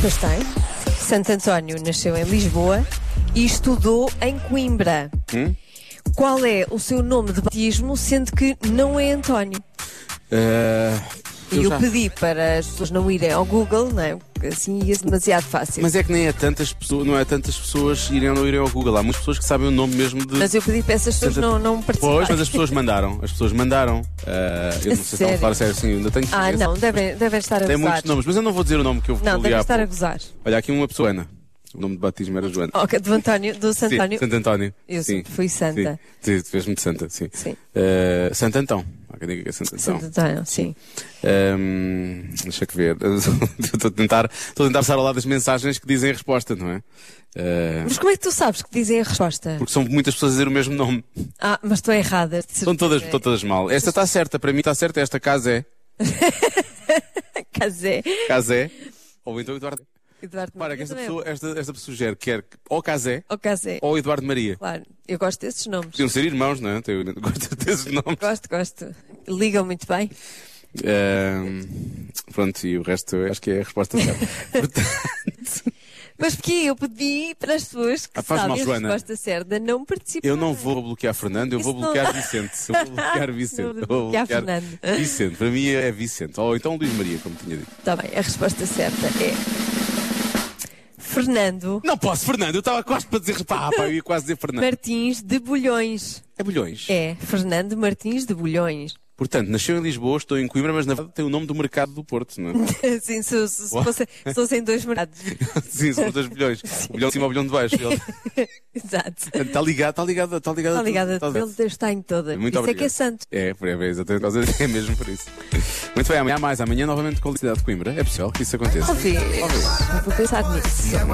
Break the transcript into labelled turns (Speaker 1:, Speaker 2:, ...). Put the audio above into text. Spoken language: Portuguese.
Speaker 1: Pois tem. Santo António nasceu em Lisboa e estudou em Coimbra.
Speaker 2: Hum?
Speaker 1: Qual é o seu nome de batismo, sendo que não é António?
Speaker 2: Eh,
Speaker 1: E
Speaker 2: eu
Speaker 1: eu
Speaker 2: já-
Speaker 1: pedi para as pessoas não irem ao Google, não é? Porque assim ia demasiado fácil. Mas,
Speaker 2: Mas é que nem é tantas pessoas, não é tantas pessoas irem ou não irem ao Google. Há muitas pessoas que sabem o nome mesmo de.
Speaker 1: eu pedi para essas pessoas não, não participarem.
Speaker 2: Pois, mas as pessoas mandaram. As pessoas mandaram. Eh, eu não sei se estão a
Speaker 1: Sério?
Speaker 2: falar sério assim, ainda tenho
Speaker 1: Ah,
Speaker 2: certeza.
Speaker 1: não, devem, devem estar a
Speaker 2: Tem
Speaker 1: gozar.
Speaker 2: muitos nomes, mas eu não vou dizer o nome que eu vou
Speaker 1: Não, devem
Speaker 2: ligar.
Speaker 1: estar a gozar.
Speaker 2: Olha, aqui uma pessoa, Ana. O nome de batismo era Joana.
Speaker 1: Ok, do António, do Santo
Speaker 2: Sim,
Speaker 1: António.
Speaker 2: Santo António.
Speaker 1: Eu
Speaker 2: sim.
Speaker 1: sempre fui santa.
Speaker 2: Sim, sim tu és muito santa, sim.
Speaker 1: Sim.
Speaker 2: Eh, Santo Antão. Há quem diga que é Santo Antão.
Speaker 1: Santo António, sim.
Speaker 2: Ahm, deixa que ver. Estou a tentar, estou a tentar passar ao lado das mensagens que dizem a resposta, não é? Ah,
Speaker 1: Mas como é que tu sabes que dizem a resposta?
Speaker 2: porque são muitas pessoas a dizer o mesmo nome.
Speaker 1: Ah, mas estou errada. de
Speaker 2: Estão todas,
Speaker 1: certeza.
Speaker 2: estão todas mal. Esta está certa, para mim está certa, esta casa é.
Speaker 1: Casé.
Speaker 2: Casé. Ou então Eduardo.
Speaker 1: Eduardo
Speaker 2: Para
Speaker 1: Maria
Speaker 2: que esta
Speaker 1: também é
Speaker 2: pessoa, esta, esta pessoa sugere que quer ou Casé
Speaker 1: bom. Ou Casé.
Speaker 2: ou Eduardo Maria.
Speaker 1: Claro, eu gosto desses nomes.
Speaker 2: Podiam ser irmãos, não é? Eu gosto desses nomes.
Speaker 1: Gosto, gosto. Ligam muito bem.
Speaker 2: Ahm, Ehm, pronto, e o resto eu acho que é a resposta certa.
Speaker 1: Mas porque eu pedi para as pessoas que
Speaker 2: Ah, faz
Speaker 1: sabem
Speaker 2: mal,
Speaker 1: a
Speaker 2: Joana.
Speaker 1: resposta certa não participarem.
Speaker 2: Eu não vou bloquear Fernando, eu vou
Speaker 1: Isso não
Speaker 2: bloquear
Speaker 1: dá.
Speaker 2: Vicente. Eu vou bloquear
Speaker 1: Não
Speaker 2: Vicente.
Speaker 1: vou
Speaker 2: Eu vou
Speaker 1: bloquear Fernando.
Speaker 2: Vicente, para mim é Vicente. Ou então Luís Maria, como tinha dito.
Speaker 1: Está Tá bem, a resposta certa é... Fernando
Speaker 2: Não posso, Fernando, eu estava quase para dizer. Pá, pá, eu ia quase dizer Fernando.
Speaker 1: Martins de Bulhões.
Speaker 2: É bilhões.
Speaker 1: É, Fernando Martins de Bulhões.
Speaker 2: Portanto, nasceu em Lisboa, estou em Coimbra, mas na verdade tem o nome do mercado do Porto, não é?
Speaker 1: Sim, se, se, se, fosse- se fossem dois mercados.
Speaker 2: Sim, são os dois bilhões. O bilhão de cima, o bilhão de baixo. Ele-
Speaker 1: Exato.
Speaker 2: Está ligado, está ligado,
Speaker 1: Está
Speaker 2: está ligado. a Tá tudo,
Speaker 1: ligada,
Speaker 2: está ligado.
Speaker 1: ele está em toda.
Speaker 2: Muito
Speaker 1: Isso é que é
Speaker 2: obrigado.
Speaker 1: santo.
Speaker 2: É, por- é exatamente por causa disso, é mesmo por isso. Muito bem, amanhã há mais, amanhã novamente com a cidade de Coimbra. É possível que isso aconteça.
Speaker 1: Talvez. Vou pensar nisso.